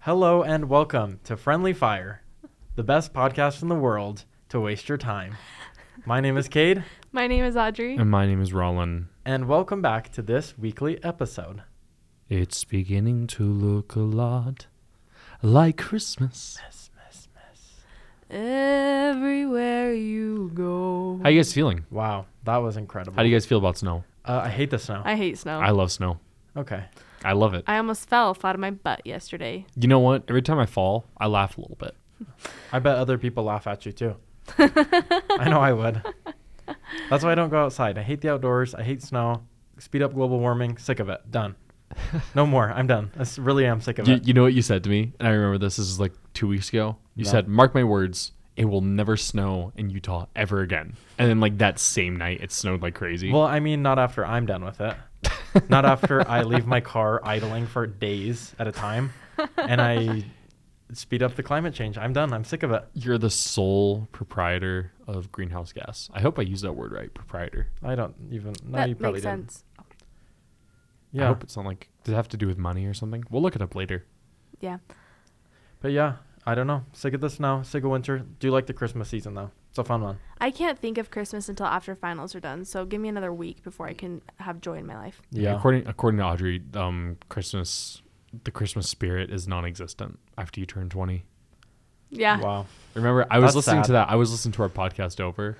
Hello and welcome to Friendly Fire, the best podcast in the world to waste your time. My name is Cade, My name is Audrey. Mm. And my name is Rollin. and welcome back to this weekly episode. It's beginning to look a lot like Christmas. Miss, miss, miss. Everywhere you go. How you guys feeling? Wow, that was incredible. How do you guys feel about snow? Uh, I hate the snow. I hate snow. I love snow. Okay. I love it. I almost fell flat on my butt yesterday. You know what? Every time I fall, I laugh a little bit. I bet other people laugh at you too. I know I would. That's why I don't go outside. I hate the outdoors. I hate snow. Speed up global warming. Sick of it. Done. No more. I'm done. I s- really am sick of You, it. you know what you said to me? And I remember this. This is like two weeks ago. You No. said, Mark my words, it will never snow in Utah ever again. And then, like, that same night, it snowed like crazy. Well, I mean, not after I'm done with it. not after I leave my car idling for days at a time and I speed up the climate change. I'm done. I'm sick of it. You're the sole proprietor of greenhouse gas. I hope I used that word right, proprietor. I don't even. No, that you probably makes didn't. sense. I Yeah. hope it's not like, does it have to do with money or something? We'll look it up later. Yeah. But yeah, I don't know. Sick of the snow. Sick of winter. Do like the Christmas season though. It's a fun one. I can't think of Christmas until after finals are done, so give me another week before I can have joy in my life. Yeah. According according to Audrey, um, Christmas, the Christmas spirit is non-existent after you turn twenty. Yeah. Wow. Remember, I was That's listening to sad. that. I was listening to our podcast over,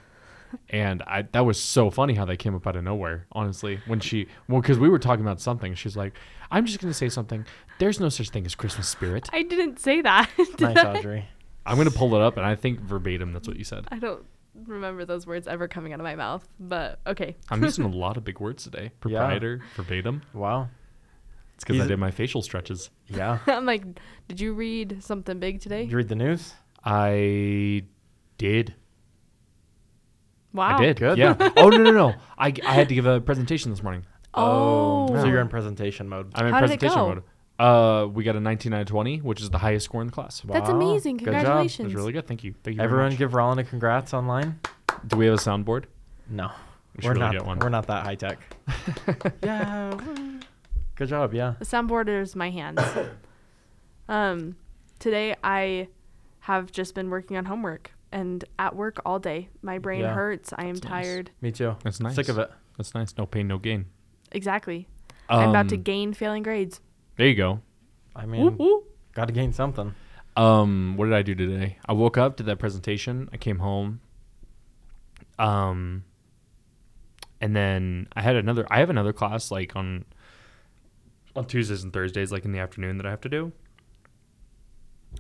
and I that was so funny how they came up out of nowhere. Honestly, when she well, because we were talking about something, she's like, "I'm just gonna say something. There's no such thing as Christmas spirit. I didn't say that. did Nice, I? Audrey. I'm gonna pull it up, and I think verbatim that's what you said. I don't remember those words ever coming out of my mouth, but okay. I'm using a lot of big words today. Proprietor, verbatim. Wow. It's because He's- I did my facial stretches. Yeah. I'm like, did you read something big today? You read the news? I did. wow. I did. Good. Yeah. oh no no no! I, I had to give a presentation this morning. Oh. So you're in presentation mode. I'm in How did it presentation go? mode. Uh, we got a 19 out of 20, which is the highest score in the class. That's Wow. amazing. Good job. It Congratulations. was really good. Thank you. Thank you. Everyone Everyone, give Rollin a congrats online? do we have a soundboard? No. We We should are really not get one. we're not that high tech. yeah. woo. Good job, yeah. The soundboard is my hands. um, today I have just been working on homework and at work all day. My brain Yeah. hurts. I am That's nice. tired. Me too. That's nice. Sick of it. That's nice. No pain, no gain. Exactly. I'm about to Um, gain failing grades. There you go. I Whoop, mean, whoop. got to gain something. Um, what did I do today? I woke up, did that presentation. I came home. Um, and then I had another. I have another class like on on Tuesdays and Thursdays, like in the afternoon that I have to do.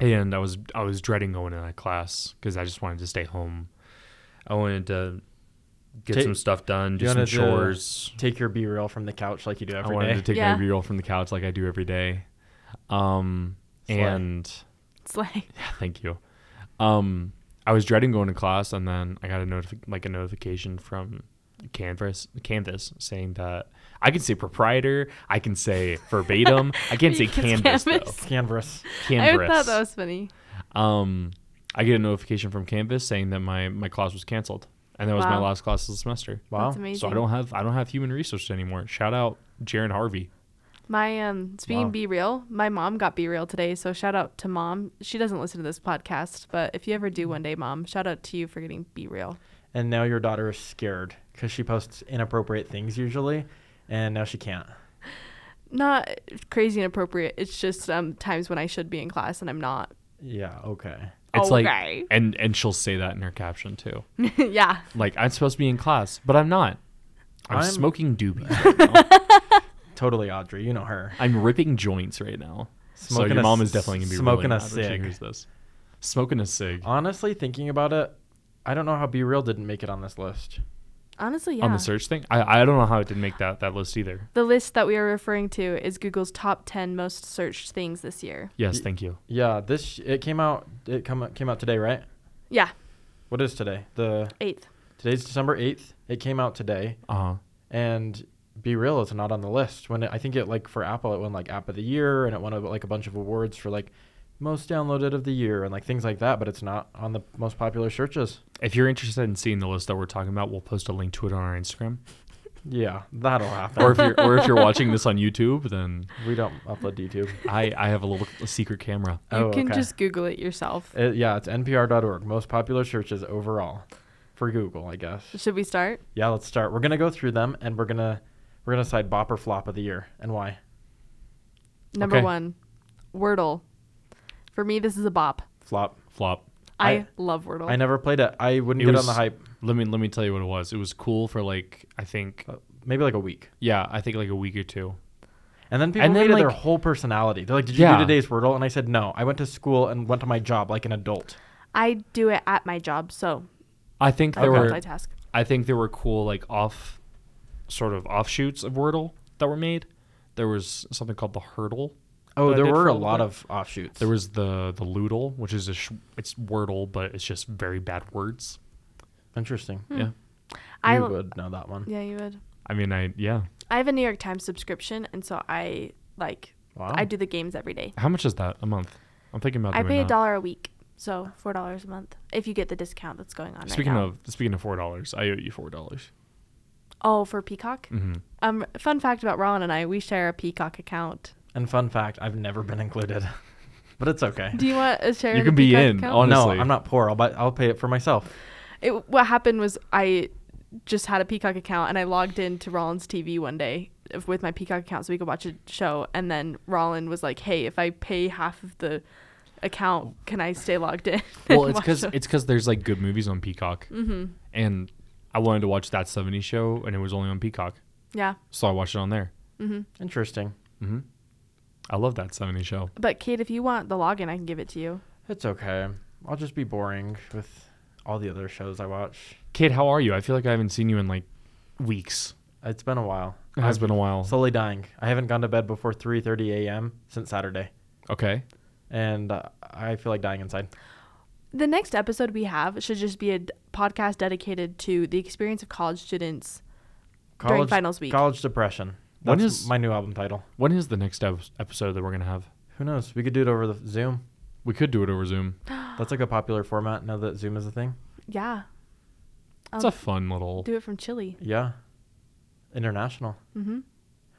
And I was I was dreading going to that class because I just wanted to stay home. I wanted to get Ta- some stuff done, do you some wanted to chores. Take your B reel from the couch like you do every day. I wanted to take Yeah. my reroll from the couch like I do every day. Um, Slay. and. Slay. Thank you. Um, I was dreading going to class, and then I got a notifi- like a notification from Canvas Canvas saying that I can say proprietor, I can say verbatim, I can't say You can canvas, canvas. though. Canvas. Canvas. I thought that was funny. um, I get a notification from Canvas saying that my my class was canceled, and that was my Wow. last class of the semester. Wow. That's amazing. So I don't have I don't have human resources anymore. Shout out Jaron Harvey. My um speaking Wow. be real, my mom got be real today, so shout out to mom. She doesn't listen to this podcast, but if you ever Mm-hmm. do one day, mom, shout out to you for getting be real. And now your daughter is scared because she posts inappropriate things usually, and now she can't. Not crazy inappropriate. It's just um times when I should be in class and I'm not. Yeah, okay. It's Oh, Okay. like and and she'll say that in her caption too. yeah. Like I'm supposed to be in class, but I'm not. I'm, I'm- smoking doobies right now. Totally, Audrey. You know her. I'm ripping joints right now. Smoking so a your mom is s- definitely gonna be smoking really a mad when she cig. Oh, hears this. Smoking a cig Honestly, thinking about it, I don't know how B Real didn't make it on this list. Honestly, yeah. on the search thing. I, I don't know how it didn't make that that list either. The list that we are referring to is Google's top 10 most searched things this year. Yes, Y- thank you. Yeah, this sh- it came out. It come came out today, right? Yeah, What is today? The eighth. today's December eighth. It came out today, Uh huh. and Be Real is not on the list. When it, I think it like for Apple, it won like App of the Year, and it won like a bunch of awards for like most downloaded of the year and like things like that. But it's not on the most popular searches. If you're interested in seeing the list that we're talking about, we'll post a link to it on our Instagram. Yeah, that'll happen. or if you're or if you're watching this on YouTube, then we don't upload to YouTube. I I have a little secret camera. You Oh, can okay. just Google it yourself. It- yeah, it's npr.org. Most popular searches overall for Google, I guess. Uh, Should we start? Yeah, let's start. We're gonna go through them, and we're gonna we're gonna decide bop or flop of the year and why. Number Okay. one, Wordle. For me, this is a bop. Flop. Flop. I, I- love Wordle. I never played it. I wouldn't It get was- on the hype. Let me let me tell you what it was. It was cool for like I think uh, Maybe like a week, yeah I think like a week or two. and then people And then, hated their like- whole personality. They're like, "Did you Yeah. do today's Wordle?" And I said, "No. I went to school and went to my job like an adult." I do it at my job, so I think I there were multitask. I think there were cool like off sort of offshoots of Wordle that were made. There was something called the hurdle. Oh, that I there did were for a little lot bit. of offshoots. There was the the loodle, which is a sh- it's Wordle, but it's just very bad words. interesting. Yeah. Hmm. I you l- would know that one. Yeah, you would. I mean, I yeah. I have a New York Times subscription, and so I like Wow. I do the games every day. How much is that a month? I'm thinking about. I doing pay a that. dollar a week, so four dollars a month if you get the discount that's going on Speaking right now. of speaking of four dollars, I owe you four dollars. oh, for Peacock. Mm-hmm. Um, fun fact about Rowan and I: we share a Peacock account. And fun fact, I've never been included, but it's okay. Do you want to share? You the can be Peacock in account? on- No, Honestly. I'm not poor. I'll buy, I'll pay it for myself. It, what happened was I just had a Peacock account and I logged into Rollins TV one day of- with my Peacock account so we could watch a show. And then Rollin was like, "Hey, if I pay half of the account, can I stay logged in?" Well, it's because it's because there's like good movies on Peacock, hmm and I wanted to watch that '70s show, and it was only on Peacock, yeah. so I watched it on there. hmm Interesting. Mm-hmm. I love that '70s show. But Kate, if you want the login, I can give it to you. It's okay. I'll just be boring with all the other shows I watch. Kid, how are you? I feel like I haven't seen you in like weeks. It's been a while. It has been a while. Slowly dying. I haven't gone to bed before 3:30 a.m. since Saturday, okay. and uh, I feel like dying inside. The next episode we have should just be a d- podcast dedicated to the experience of college students During finals week. College depression. When That's is- my new album title. When is the next ep- episode that we're gonna have? Who knows? We could do it over the Zoom. We could do it over Zoom. That's like a popular format now that Zoom is a thing. Yeah. It's I'll a fun little. do it from Chile. Yeah. International. Mm-hmm.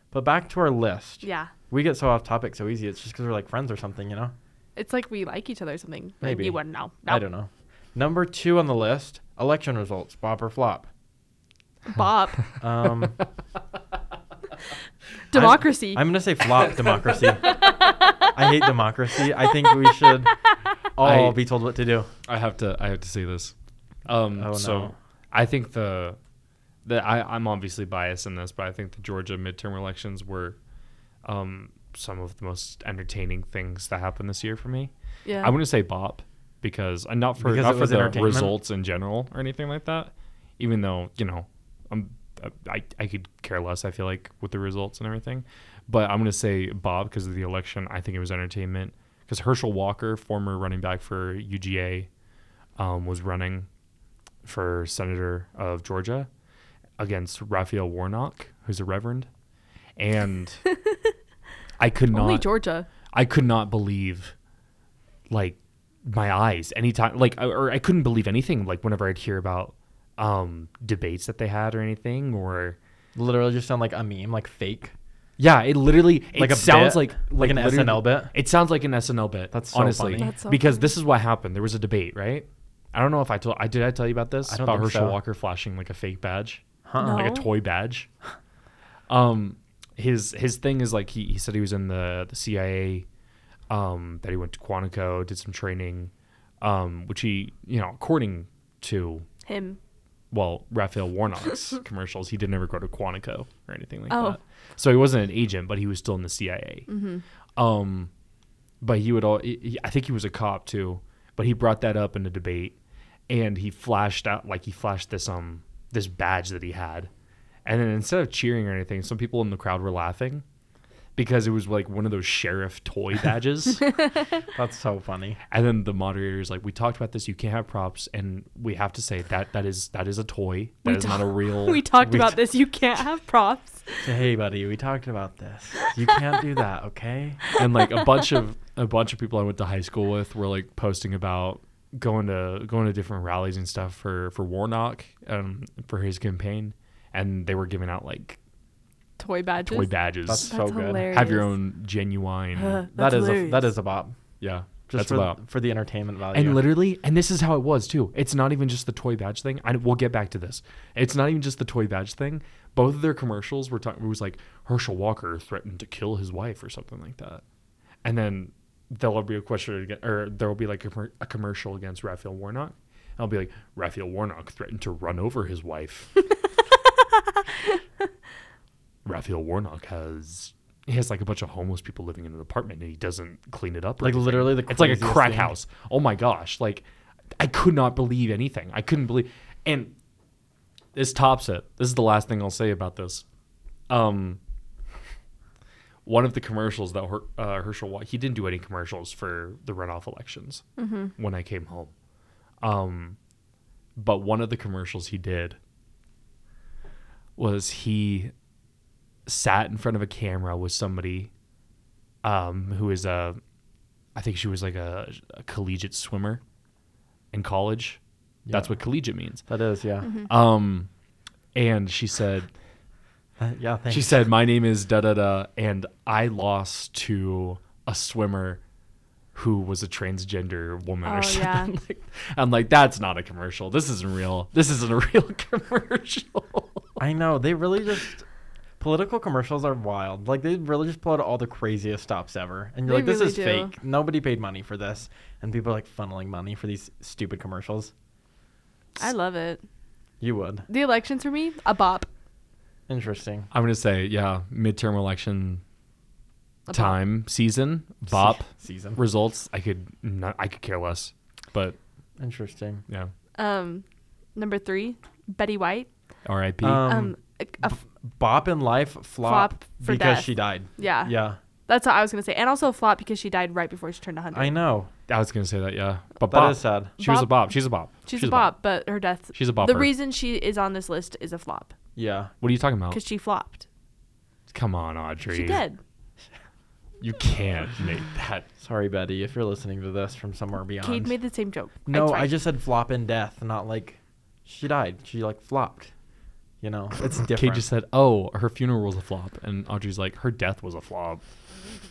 But back to our list. Yeah. We get so off topic so easy. It's just because we're like friends or something, you know? It's like we like each other or something. but Maybe. You wouldn't know. I don't know. Number two on the list election results, bop or flop. Bob. Um, Democracy. I'm going to say flop democracy. I hate democracy. I think we should all I- be told what to do. I have to. I have to say this. Um, Oh, so no. I think the the I, I'm obviously biased in this, but I think the Georgia midterm elections were um, some of the most entertaining things that happened this year for me. yeah. I wouldn't say bop because uh, not for Because not it for was the entertainment? results in general or anything like that. Even though you know, I'm I I could care less. I feel like with the results and everything, but I'm gonna say Bob because of the election. I think it was entertainment because Herschel Walker, former running back for UGA, um, was running for senator of Georgia against Raphael Warnock, who's a reverend, and I could not. Only Georgia. I could not believe, like, my eyes anytime, like, I- or I couldn't believe anything, like, whenever I'd hear about um debates that they had or anything, or Literally just sound like a meme, like fake. yeah, it literally it Like a sounds bit? like Like an literally- SNL bit? It sounds like an SNL bit. That's so honestly funny. That's so because funny. this is what happened. There was a debate, right? I don't know if I told. I did I tell you about this I don't about think Herschel so. Walker flashing like a fake badge. Huh. No. like a toy badge. Um, his his thing is like he, he said he was in the the CIA, um, that he went to Quantico, did some training, um, which he you know according to Him. well Raphael Warnock's commercials, he didn't ever go to Quantico or anything like Oh. that. So he wasn't an agent, but he was still in the CIA. Um, but he would all he, he- I think he was a cop too, but he brought that up in the debate, and he flashed out like he flashed this um this badge that he had, and then instead of cheering or anything, some people in the crowd were laughing. Because it was like one of those sheriff toy badges, That's so funny. and then the moderator is like, "We talked about this. You can't have props, and we have to say that that is that is a toy. That We is not a ta- real. We talked We about t- this. You can't have props. Say, hey, buddy, we talked about this. You can't do that, okay? and like a bunch of a bunch of people I went to high school with were like posting about going to going to different rallies and stuff for for Warnock um for his campaign and they were giving out like Toy badges. toy badges. That's That's so good. hilarious. Have your own genuine. Huh, That that's is a, hilarious. that is a bop. yeah, Just that's for, about. for the entertainment value. And literally, and this is how it was too. It's not even just the toy badge thing. I, we'll get back to this. It's not even just the toy badge thing. Both of their commercials were talking. It was like Herschel Walker threatened to kill his wife or something like that. And then there'll be a question again, or there will be like a, commer- a commercial against Raphael Warnock. And I'll be like, Raphael Warnock threatened to run over his wife. Raphael Warnock has he has like a bunch of homeless people living in an apartment and he doesn't clean it up. or Like, anything. literally the it's like a craziest crack thing. house. Oh my gosh! Like I could not believe anything. I couldn't believe, and this tops it. This is the last thing I'll say about this. Um, one of the commercials that Her- uh, Herschel Wa- he didn't do any commercials for the runoff elections Mm-hmm. when I came home. Um, but one of the commercials he did was he sat in front of a camera with somebody um, who is a, I think she was like a, a collegiate swimmer in college. That's Yeah. what collegiate means. that is, yeah. Mm-hmm. Um, and she said, Uh, yeah, thanks. she said, my name is da da da, and I lost to a swimmer who was a transgender woman Oh, or yeah. something. Like, I'm like, that's not a commercial. This isn't real. This isn't a real commercial. I know. They really just political commercials are wild. Like they really just pull out all the craziest stops ever. And you're They like, this really is do. fake. Nobody paid money for this. And people are like funneling money for these stupid commercials. I love it. You would. The elections for me, a bop. Interesting. I'm gonna say, yeah, midterm election A bop. time season bop season. results. I could not. I could care less. But Interesting. yeah, Um, number three, Betty White. R.I.P. Um, Um, a- a f- Bop in life flop, Flop for because death. she died. yeah, Yeah. That's what I was gonna say, and also a flop because she died right before she turned 100. I know. I was gonna say that. Yeah, but That bop. is sad. She was a Bop. bop. She's a bop. She's, a bop, but her death. She's a bop. The reason she is on this list is a flop Yeah. What are you talking about? because she flopped. Come on, Audrey. She did. You can't make that. Sorry, Betty, if you're listening to this from somewhere beyond. Cade made the same joke. no, tried. I just said flop in death, not like she died. She like flopped. You know, it's different. Kate just said, "Oh, her funeral was a flop," and Audrey's like, "Her death was a flop."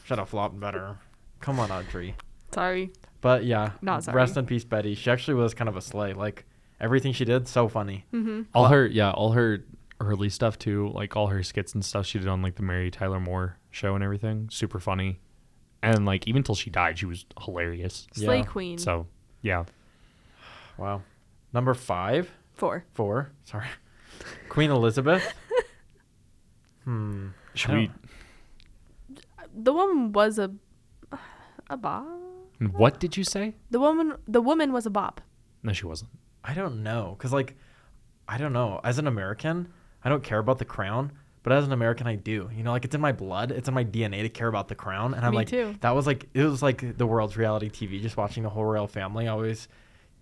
Should have flopped better. Come on, Audrey. sorry. But yeah, Not sorry. rest in peace, Betty. She actually was kind of a slay. Like everything she did, so funny. All her, yeah, all her early stuff too, like all her skits and stuff she did on like the Mary Tyler Moore show and everything. Super funny, and like even till she died, she was hilarious. Slay Yeah. Queen. So yeah, Wow. Number five, Four. four. Sorry, Queen Elizabeth. hmm. should I we? don't- The woman was a a bop. What did you say? The woman. The woman was a bop. No, she wasn't. I don't know, cause like, I don't know. As an American, I don't care about the crown, but as an American, I do. You know, like it's in my blood, it's in my DNA to care about the crown, and I'm Me like, too. that was like it was like the world's reality TV. Just watching the whole royal family always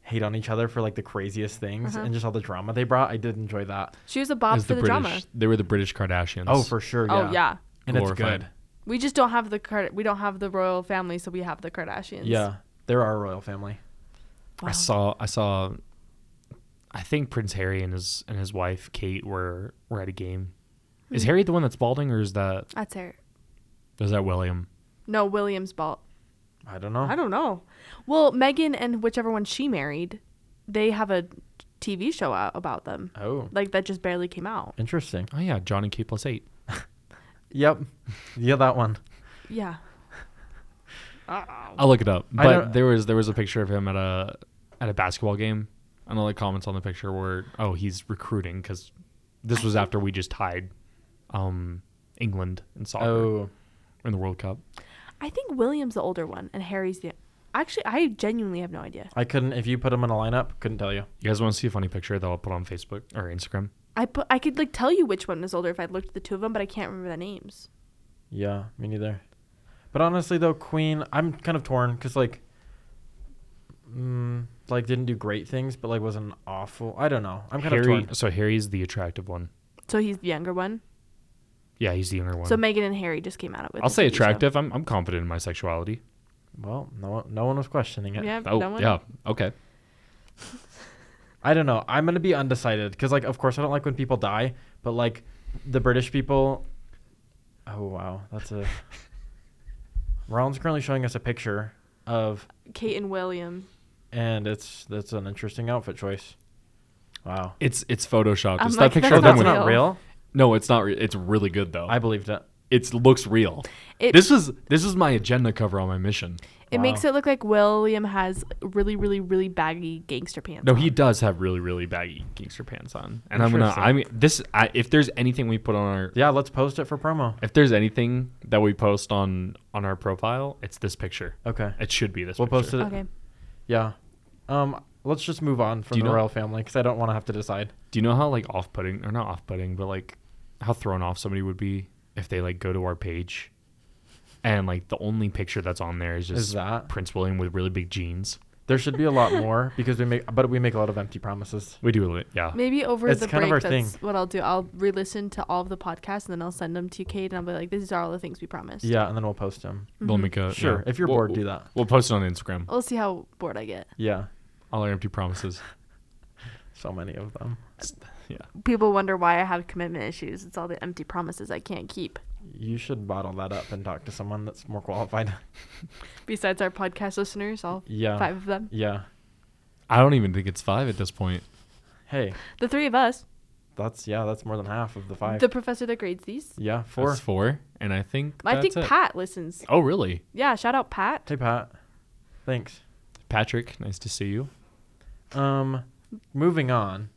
hate on each other for like the craziest things Uh-huh. and just all the drama they brought. I did enjoy that. She was a bop It was for the, British. drama. They were the British Kardashians. Oh, for sure. Yeah. Oh yeah. And it's Glorified. good. We just don't have the Card- we don't have the royal family, so we have the Kardashians. Yeah, they're our royal family. Wow. I saw. I saw. I think Prince Harry and his and his wife Kate were were at a game. Hmm. Is Harry the one that's balding, or is that That's her. is that William? No, William's bald. I don't know. I don't know. Well, Megan and whichever one she married, they have a TV show out about them. oh, Like that just barely came out. interesting. Oh yeah, Johnny K plus eight. Yep. yeah, that one. Yeah. I'll look it up. I But don't- there was there was a picture of him at a at a basketball game, and all the comments on the picture were, "Oh, he's recruiting," because this was after we just tied um, England in soccer Oh, in the World Cup. I think William's the older one and Harry's the Actually, I genuinely have no idea. I couldn't. If you put them in a lineup, couldn't tell you. You guys want to see a funny picture that I'll put on Facebook or Instagram? I put I could like tell you which one is older if I looked at the two of them, but I can't remember the names. Yeah, me neither. But honestly, though, Queen, I'm kind of torn because like, mm, like didn't do great things, but like wasn't awful. I don't know. I'm kind of Harry. torn. So Harry's the attractive one. So he's the younger one. Yeah, he's the younger one. So Megan and Harry just came out with. I'll the say TV show. attractive. I'm I'm confident in my sexuality. Well, no, no one was questioning it. Yeah, Oh that one. yeah. Okay. I don't know. I'm gonna be undecided because like, of course, I don't like when people die, But like the British people. Oh wow, that's a. Rollins currently showing us a picture of, Kate and William. and it's that's an interesting outfit choice. Wow. It's it's photoshopped. I'm It's like, that picture that's of them not with not real. no, it's not. Re- it's really good though. I believed it. it looks real. It this was this was my agenda cover on my mission. it makes Wow. it look like William has really, really, really baggy gangster pants. No, on. he does have really really baggy gangster pants on, and I'm gonna. Interesting. I mean, this I, if there's anything we put on our Yeah, let's post it for promo. if there's anything that we post on on our profile, it's this picture. Okay. It should be this. We'll picture. post it. Okay. Yeah. Um, let's just move on from Do you the know- royal family because I don't want to have to decide. Do you know how like off putting or not off putting, but like how thrown off somebody would be if they like go to our page and like the only picture that's on there is just Is that- Prince William with really big jeans. There should be a lot more because we make, but we make a lot of empty promises. We do a li- yeah. Maybe over It's the kind of break, our that's thing. what I'll do. I'll re-listen to all of the podcasts and then I'll send them to Kate and I'll be like, "These are all the things we promised." Yeah, and then we'll post them. Mm-hmm. They'll make a Sure, Uh, yeah. if you're We'll- bored, do that. We'll post it on Instagram. We'll see how bored I get. Yeah, All our empty promises. so many of them. yeah. People wonder why I have commitment issues. It's all the empty promises I can't keep. You should bottle that up and talk to someone that's more qualified. Besides our podcast listeners, all Yeah. five of them, yeah. I don't even think it's five at this point. Hey, the three of us, that's yeah, that's more than half of the five. the professor that grades these. yeah, four. That's four, and I think I think that's it. Pat listens. Oh really? Yeah, shout out Pat. Hey Pat, thanks. Patrick, nice to see you. Um, moving on.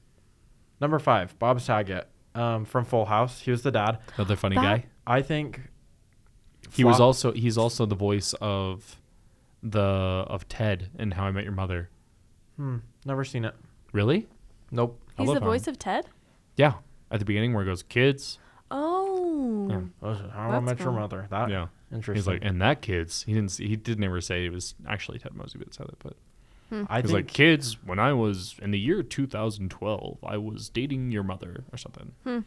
Number five, Bob Saget, um, from Full House. He was the dad. Another funny That- guy. I think. He was Flock- also he's also the voice of the of Ted and How I Met Your Mother. Hmm, never seen it. Really? Nope. I He's the love him. voice of Ted. Yeah, at the beginning where it goes, kids. Oh, Yeah. Those are How I That's Met Your cool. Mother. That Yeah, interesting. he's like, "Eh." and that kids. He didn't. s- He did never say it was actually Ted Mosby that said it, but I he's think like, kids. When I was in the year 2012, I was dating your mother or something.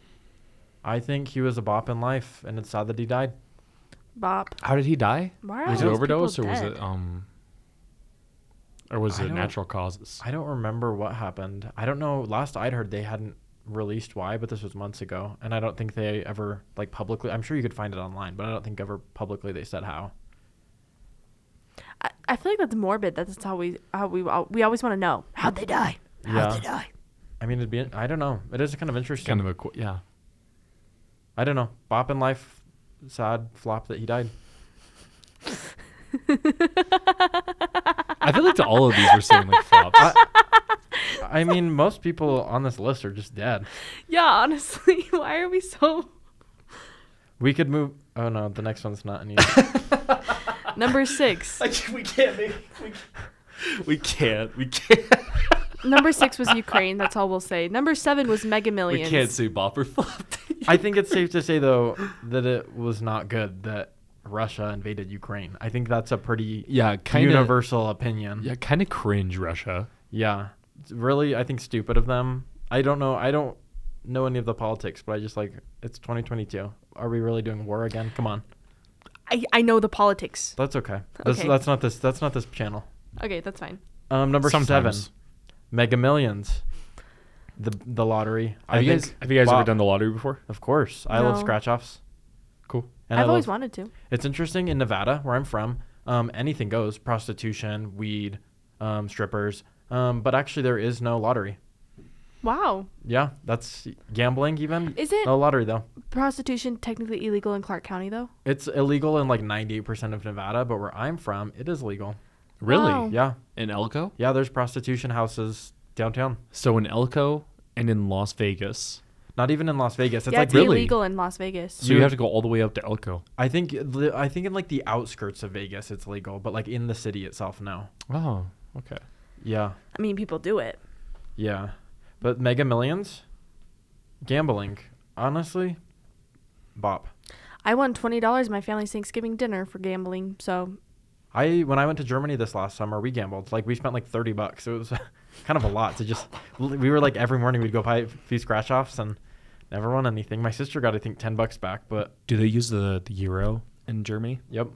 I think he was a bop in life, and it's sad that he died. Bop. How did he die? Why are was it all those overdose or people was dead? it um? Or was I it don't- natural causes? I don't remember what happened. I don't know. Last I'd heard, they hadn't released why, but this was months ago, and I don't think they ever like publicly. I'm sure you could find it online, but I don't think ever publicly they said how. I, I feel like that's morbid. That's how we how we al- we always want to know how'd they die. How'd Yeah. they die? I mean, it'd be. I don't know. It is kind of interesting. Kind of a qu- yeah. I don't know. Bop in life, sad flop that he died. I feel like all of these were saying like flops. I mean, most people on this list are just dead. Yeah, honestly, why are we so We could move. Oh no, the next one's not any. number six? we can't. Make, we, we can't. We can't. number six was Ukraine. That's all we'll say. Number seven was Mega We Millions. can't say bop or flop. I think it's safe to say though that it was not good that Russia invaded Ukraine. I think that's a pretty yeah, kind of. universal opinion. Yeah, kind of cringe, Russia. Yeah. It's really, I think stupid of them. I don't know. I don't know any of the politics, but I just like it's 2022. Are we really doing war again? Come on. I, I know the politics. That's okay. That's, Okay. that's not this. That's not this channel. Okay, that's fine. Um, number Sometimes. seven, Mega Millions, the the lottery. Have you guys think have you guys ever Bob- done the lottery before? Of course, I love No. scratch offs. Cool. And I've I always love- wanted to. It's interesting in Nevada, where I'm from. Um, anything goes: prostitution, weed, um, strippers. Um, but actually, there is no lottery. Wow. Yeah, that's gambling even. Is it- no lottery though? Prostitution technically illegal in Clark County though. It's illegal in like 98% of Nevada, but where I'm from, it is legal. Really? Wow. Yeah, In Elko? yeah. There's prostitution houses downtown. So in Elko and in Las Vegas. Not even in Las Vegas. It's yeah, like it's really- illegal in Las Vegas. So you Dude. have to go all the way up to Elko. I think the- I think in like the outskirts of Vegas, it's legal, but like in the city itself, no. Oh, okay. Yeah, I mean, people do it. yeah. But Mega Millions, gambling, honestly, bop. I won twenty dollars my family's Thanksgiving dinner for gambling. So I when I went to Germany this last summer, we gambled. Like we spent like thirty bucks. It was kind of a lot to just. We were like every morning we'd go buy a few scratch offs and never won anything. My sister got I think ten bucks back, but Do they use the, the euro in Germany? yep,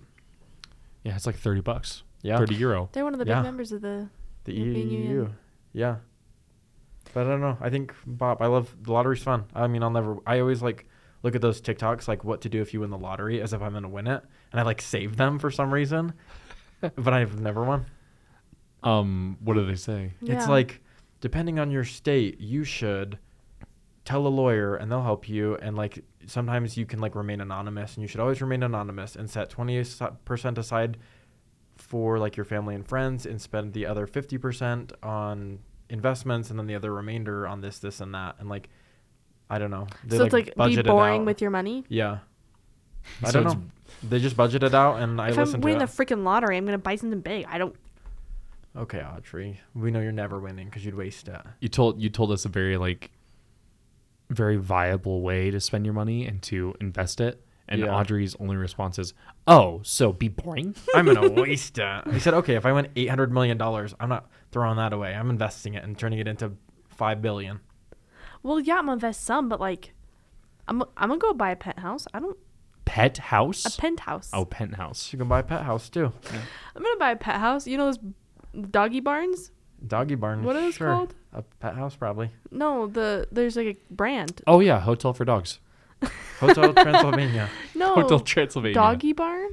Yeah, it's like 30 bucks. yeah, 30 euro. they're one of the Yeah. big members of the. the European EU, Union. yeah. E But I don't know. I think Bob. I love the lottery's fun. I mean, I'll never. I always like look at those TikToks like what to do if you win the lottery, as if I'm gonna win it, and I like save them for some reason. but I've never won. Um, what do they say? Yeah. It's like depending on your state, you should tell a lawyer and they'll help you. And like sometimes you can like remain anonymous, and you should always remain anonymous and set twenty percent aside for like your family and friends, and spend the other fifty percent on investments, and then the other remainder on this, this, and that. And like I don't know. They, so it's like be budget it boring out. with your money. yeah. I So don't it's- know. They just budget it out, and I if listen I'm to winning it. the freaking lottery, I'm gonna buy something big. I don't. okay, Audrey, we know you're never winning because you'd waste it. You told you told us a very like very viable way to spend your money and to invest it. And Yeah. Audrey's only response is, "Oh, so be boring." I'm gonna waste it. He said, okay, if I win eight hundred million dollars, I'm not throwing that away. I'm investing it and turning it into five billion. Well, yeah, I'm gonna invest some, but like, I'm I'm gonna go buy a penthouse. I don't Pet house. a penthouse. oh, penthouse. You can buy a pet house too. I'm gonna buy a pet house. You know those doggy barns? Doggy barn. What are those sure. called? A pet house probably. No, the there's like a brand. Oh yeah, hotel for dogs. Hotel Transylvania. No, Hotel Transylvania. doggy barn.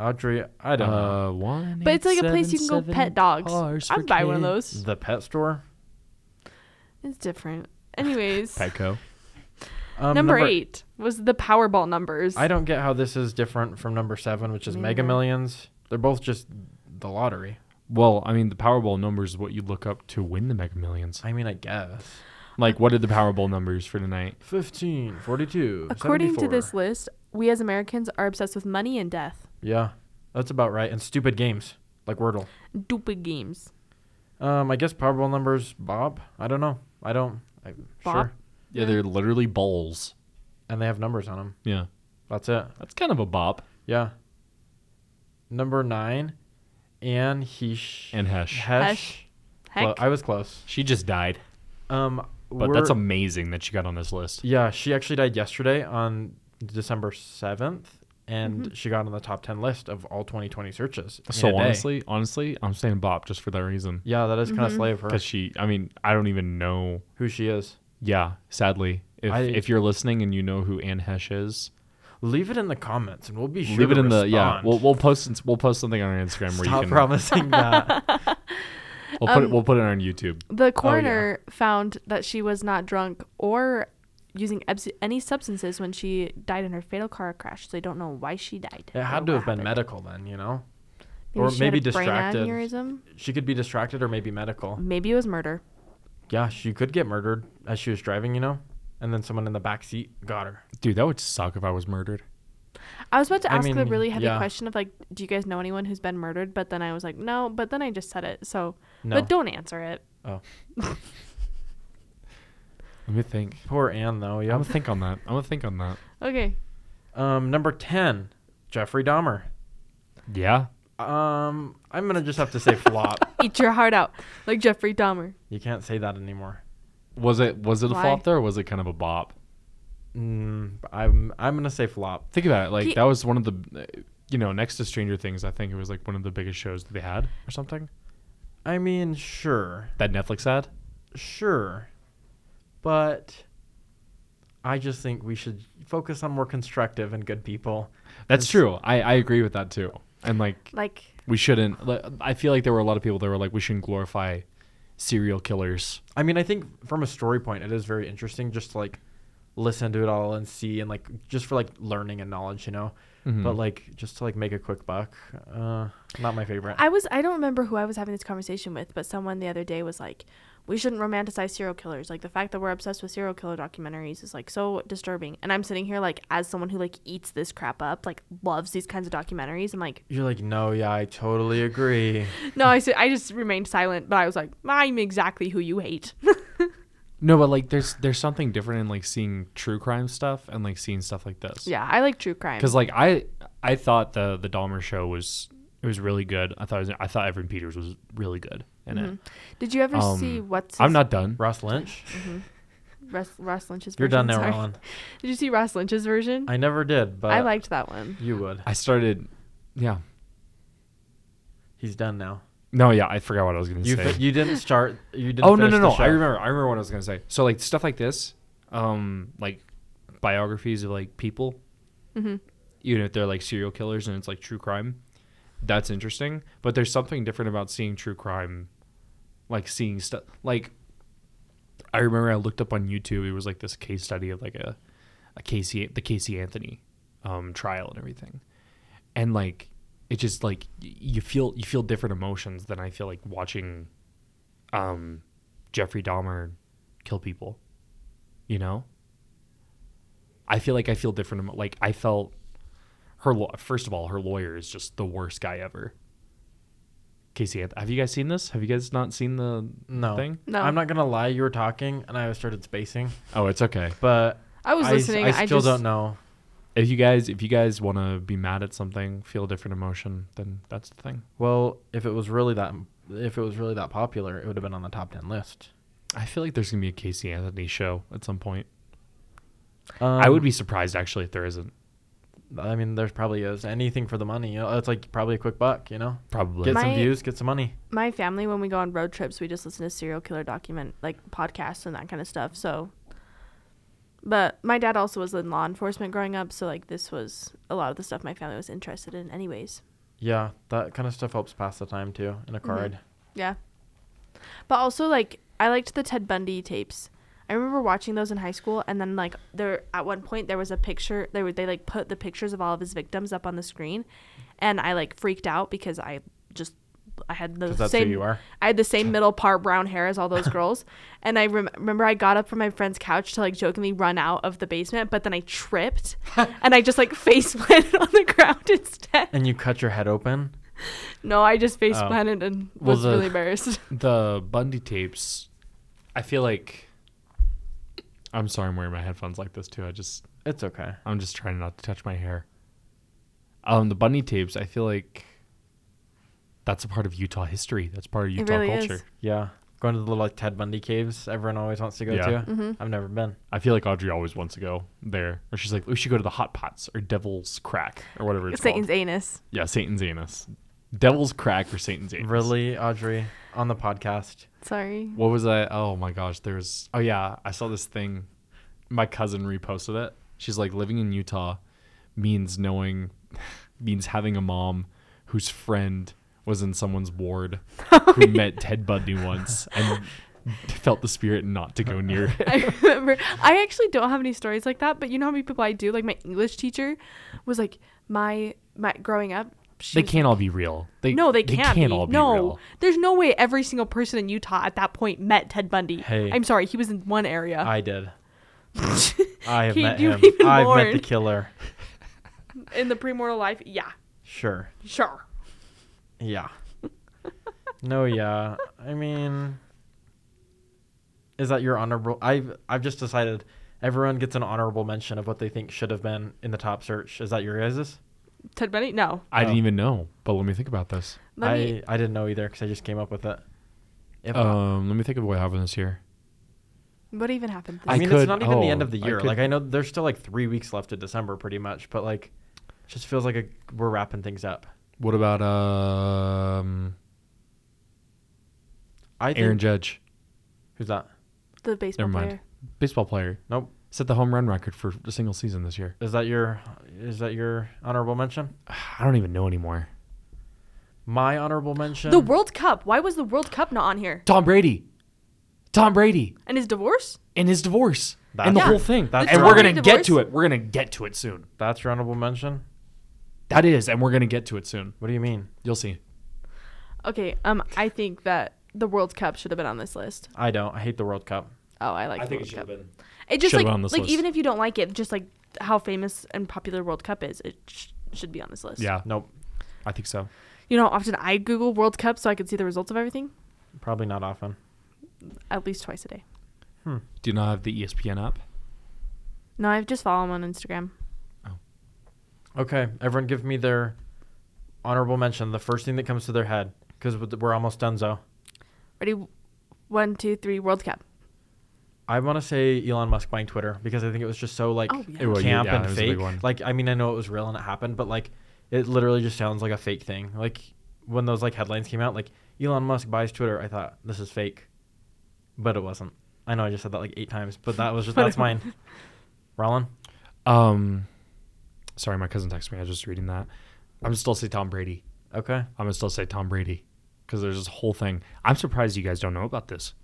Audrey, I don't know. Uh, one. But it's like a eight, place you can go seven, pet seven dogs. cars for I'd buy one of kids. those. The pet store. It's different. Anyways, Petco. Um, number, eight was the Powerball numbers. I don't get how this is different from number seven, which is Me Mega neither. Millions. They're both just the lottery. Well, I mean, the Powerball numbers is what you look up to win the Mega Millions. I mean, I guess. Like, what are the Powerball numbers for tonight? 15, 42, According to this 74. list, we as Americans are obsessed with money and death. Yeah, that's about right. And stupid games like Wordle. Stupid games. Um, I guess Powerball numbers, Bob. I don't know. I don't. I, Bob? Sure. Yeah, they're literally balls. And they have numbers on them. Yeah, That's it. that's kind of a bop. Yeah. Number nine, Anne Hesh. And Hesh. Hesh. Hesh. Clo- Heck. I was close. She just died. Um, But that's we're- amazing that she got on this list. Yeah, she actually died yesterday on December seventh, and Mm-hmm. she got on the top ten list of all 2020 searches. in a So day. honestly, honestly, I'm saying bop just for that reason. yeah, that is kind Mm-hmm. of slave her Because she, I mean, I don't even know. who she is. Yeah, sadly, if I- if you're listening and you know who Anne Hesh is, Leave it in the comments, and we'll be sure. leave it to in the yeah. respond. We'll we'll post we'll post something on our Instagram where Stop you can. promising that. We'll put it, we'll put it on YouTube. oh, The coroner found that she was not drunk or using abs- any substances when she died in her fatal car crash. So they don't know why she died. It or had to what have been happened. medical then, you know. Maybe or she maybe had a brain distracted. aneurysm. She could be distracted, or maybe medical. Maybe it was murder. Yeah, she could get murdered as she was driving, you know, and then someone in the back seat got her. Dude, that would suck if I was murdered. I was about to I ask the mean, really heavy yeah. question of like, do you guys know anyone who's been murdered? But then I was like, no. But then I just said it. So, No. but don't answer it. Oh, Let me think. poor Anne though. I'm Yeah. gonna think on that. I'm gonna think on that. Okay. Um, number ten, Jeffrey Dahmer. Yeah. Um, I'm gonna just have to say flop. Eat your heart out, like Jeffrey Dahmer. You can't say that anymore. Was it was it a Why? flop there or was it kind of a bop? Mm, I'm I'm gonna say flop. Think about it. Like He- that was one of the uh, you know, next to Stranger Things, I think it was like one of the biggest shows that they had or something. I mean, sure, That Netflix had. sure, but I just think we should focus on more constructive and good people. That's It's- true. I, I agree with that too. And like Like, we shouldn't like, I feel like there were a lot of people that were like we shouldn't glorify serial killers. I mean, I think from a story point, it is very interesting just to like listen to it all and see and like just for like learning and knowledge, you know. Mm-hmm. But like just to like make a quick buck, uh, not my favorite. I was, I don't remember who I was having this conversation with, but someone the other day was like, we shouldn't romanticize serial killers. Like, the fact that we're obsessed with serial killer documentaries is like so disturbing. And I'm sitting here, like, as someone who like eats this crap up, like, loves these kinds of documentaries. I'm like, You're like, no, yeah, I totally agree. no, I, s- I just remained silent, but I was like, I'm exactly who you hate. No, but like there's there's something different in like seeing true crime stuff and like seeing stuff like this. yeah, I like true crime. because like I I thought the the Dahmer show was it was really good. I thought it was, I thought Evan Peters was really good in it. Did you ever Um, see what's I'm his- not done. Ross Lynch, Russ, Russ Lynch's you're done version? now, Sorry. Roland. Did you see Russ Lynch's version? I never did, but I liked that one. you would. I started. Yeah, He's done now. No, yeah, I forgot what I was gonna You say. fi- you didn't start. You didn't. oh no finish no the no! I show. remember. I remember what I was gonna say. So like stuff like this, um, like biographies of like people, Mhm. even if they're like serial killers and it's like true crime, that's interesting. But there's something different about seeing true crime, like seeing stuff. Like I remember I looked up on YouTube. It was like this case study of like a, a Casey the Casey Anthony, um, trial and everything, and like it just like y- you feel you feel different emotions than I feel like watching um, Jeffrey Dahmer kill people. You know, I feel like I feel different. emo- Like I felt her. law- First of all, her lawyer is just the worst guy ever. Casey, Anth- have you guys seen this? Have you guys not seen the No. thing? No. I'm not gonna lie. You were talking, and I started spacing, Oh, it's okay. but I was I, s- listening. I I, still just, don't know. If you guys, if you guys want to be mad at something, feel a different emotion, then that's the thing. Well, if it was really that, if it was really that popular, it would have been on the top ten list. I feel like there's gonna be a Casey Anthony show at some point. Um, I would be surprised actually if there isn't. I mean, there's probably is anything for the money. You know, it's like probably a quick buck. You know, Probably. get some My- views, get some money. My family, when we go on road trips, we just listen to serial killer document like podcasts and that kind of stuff. So, but my dad also was in law enforcement growing up, so like this was a lot of the stuff my family was interested in, anyways. Yeah, that kind of stuff helps pass the time too in a car Mhm. ride. Yeah. But also like I liked the Ted Bundy tapes. I remember watching those in high school and then like there at one point there was a picture they were they like put the pictures of all of his victims up on the screen and I like freaked out because I just I had the Because that's same who you are. I had the same middle part brown hair as all those girls. And I rem- remember I got up from my friend's couch to like jokingly run out of the basement, but then I tripped and I just like face planted on the ground instead. And you cut your head open. No, I just face Oh. planted and Well, was the- really embarrassed. the Bundy tapes, I feel like. I'm sorry, I'm wearing my headphones like this too. I just, It's okay. I'm just trying not to touch my hair. Um, the Bundy tapes, I feel like. That's a part of Utah history. That's part of It Utah really is. culture. Yeah, going to the little like Ted Bundy caves everyone always wants to go Yeah. to. Mhm. I've never been. I feel like Audrey always wants to go there, or she's like, we should go to the Hot Pots or Devil's Crack or whatever it's Satan's called. anus. Yeah, Satan's Anus, Devil's Crack or Satan's Anus. Really, Audrey, on the podcast. Sorry. What was I? Oh my gosh, there's. Oh yeah, I saw this thing. My cousin reposted it. She's like, living in Utah means knowing, means having a mom whose friend was in someone's ward who met Ted Bundy once and felt the spirit not to go near him. I remember. I actually don't have any stories like that, but you know how many people I do. Like my English teacher was like my my growing up. She They was- can't all be real. They No, they they can't. be. all be no, real. there's no way every single person in Utah at that point met Ted Bundy. Hey. I'm sorry, he was in one area. I did. I have Uh, He- met you him. even I've met mourn. the killer. in the premortal life, yeah, Sure. sure. Yeah. no, yeah. I mean, is that your honorable? I've I've just decided everyone gets an honorable mention of what they think should have been in the top search. Is that your guys's? Ted Bundy? No. I didn't Oh. even know. But let me think about this. Let I me, I didn't know either because I just came up with it. If Um, let me think of what happened this year. what even happened? This I I mean, it's could- not even the end oh, of the I year. could- like I know there's still like three weeks left to December, pretty much. But like, just feels like a, we're wrapping things up. What about um I think, Aaron Judge, who's that? the baseball never mind. player. baseball player? Nope. Set the home run record for a single season this year. Is that your is that your honorable mention? I don't even know anymore. My honorable mention. The World Cup. Why was the World Cup not on here? Tom Brady, Tom Brady, And his divorce? and his divorce, That's and the Yeah. whole thing. That's and right. we're Tom gonna Brady get to divorce? it. We're gonna get to it soon. That's your honorable mention. That is, and we're gonna get to it soon. What do you mean? You'll see. Okay. Um, I think that the World Cup should have been on this list. I don't. I hate the World Cup. Oh, I like the World Cup. been. It just Should've like, been on this like list. even if you don't like it, just like how famous and popular World Cup is, it sh- should be on this list. Yeah, Nope. I think so. You know, how often I Google World Cup so I can see the results of everything Probably not often. at least twice a day. Do you not have the E ESPN app? No, I just follow him on Instagram. Okay, everyone, give me their honorable mention. The first thing that comes to their head, because we're almost done. So Ready? One, two, three. World Cup. I want to say Elon Musk buying Twitter because I think it was just so like Oh, yeah. It was- camp yeah, it and was a big fake. one. Like I mean, I know it was real and it happened, but like it literally just sounds like a fake thing. Like when those like headlines came out, like Elon Musk buys Twitter, I thought this is fake, but it wasn't. I know I just said that like eight times, but that was just But that's it- mine. Rollin, Um, sorry, my cousin texted me. I was just reading that. I'm still say Tom Brady. okay. I'm gonna still say Tom Brady because there's this whole thing. I'm surprised you guys don't know about this.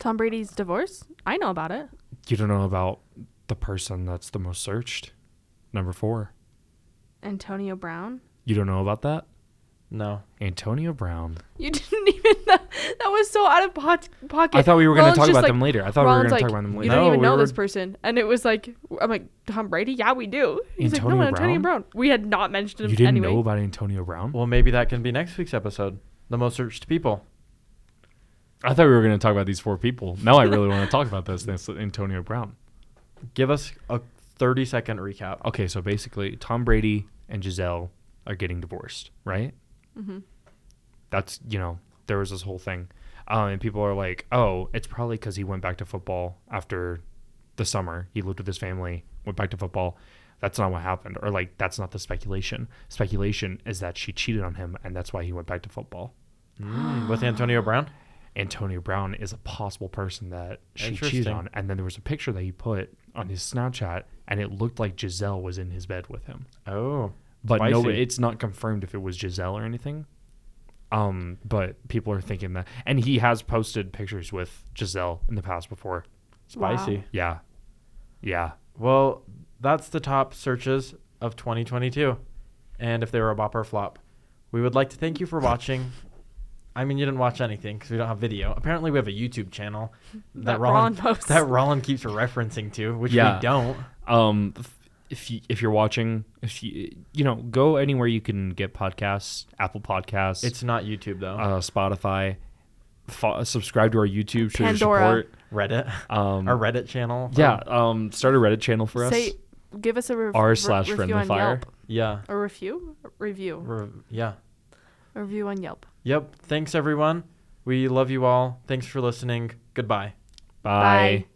Tom Brady's divorce? I know about it. You don't know about the person that's the most searched, number four. Antonio Brown? You don't know about that, No, Antonio Brown. You didn't even know. That was so out of pot- pocket. I thought we were gonna Rollins talk just about like- them later. I thought we were Rollins gonna like, talk about them You later. No, don't even we know this were- person. And it was like, I'm like, Tom Brady? Yeah, we do. He's like, Antonio no, Antonio Brown. We had not mentioned him you didn't anyway. know about Antonio Brown? well maybe that can be next week's episode. The most searched people. I thought we were gonna talk about these four people. Now I really want to talk about this. That's Antonio Brown. Give us a thirty second recap. Okay, so basically, Tom Brady and Giselle are getting divorced, right? Mhm. That's you know there was this whole thing, um, and people are like, oh, it's probably because he went back to football after the summer. He lived with his family, went back to football. That's not what happened, or like that's not the speculation. Speculation is that she cheated on him, and that's why he went back to football. Mm, with Antonio Brown. Antonio Brown is a possible person that she cheated Interesting. on, and then there was a picture that he put on his Snapchat, and it looked like Giselle was in his bed with him Oh, but no, Spicy. it's not confirmed if it was Giselle or anything. Um, but people are thinking that, and he has posted pictures with Giselle in the past before. spicy. Wow. Yeah, yeah. Well, that's the top searches of 2022, and if they were a bop or flop. We would like to thank you for watching. I mean, you didn't watch anything because we don't have video. Apparently, we have a YouTube channel that, That Roland, Roland posts. that Roland keeps referencing to, which Yeah. we don't. Um, if- if you if you're watching, if you you know, go anywhere you can get podcasts, Apple Podcasts, It's not YouTube though. uh, Spotify. Fo- subscribe to our YouTube. Show your Pandora. support. Reddit, Um, our Reddit channel. yeah. Um, start a Reddit channel for us. Say, give us a rev- R re- slash review Friendly on Fire. Yelp. yeah, A review? Review. Re- yeah. A review on Yelp. Yep. Thanks everyone. We love you all. Thanks for listening. Goodbye. Bye.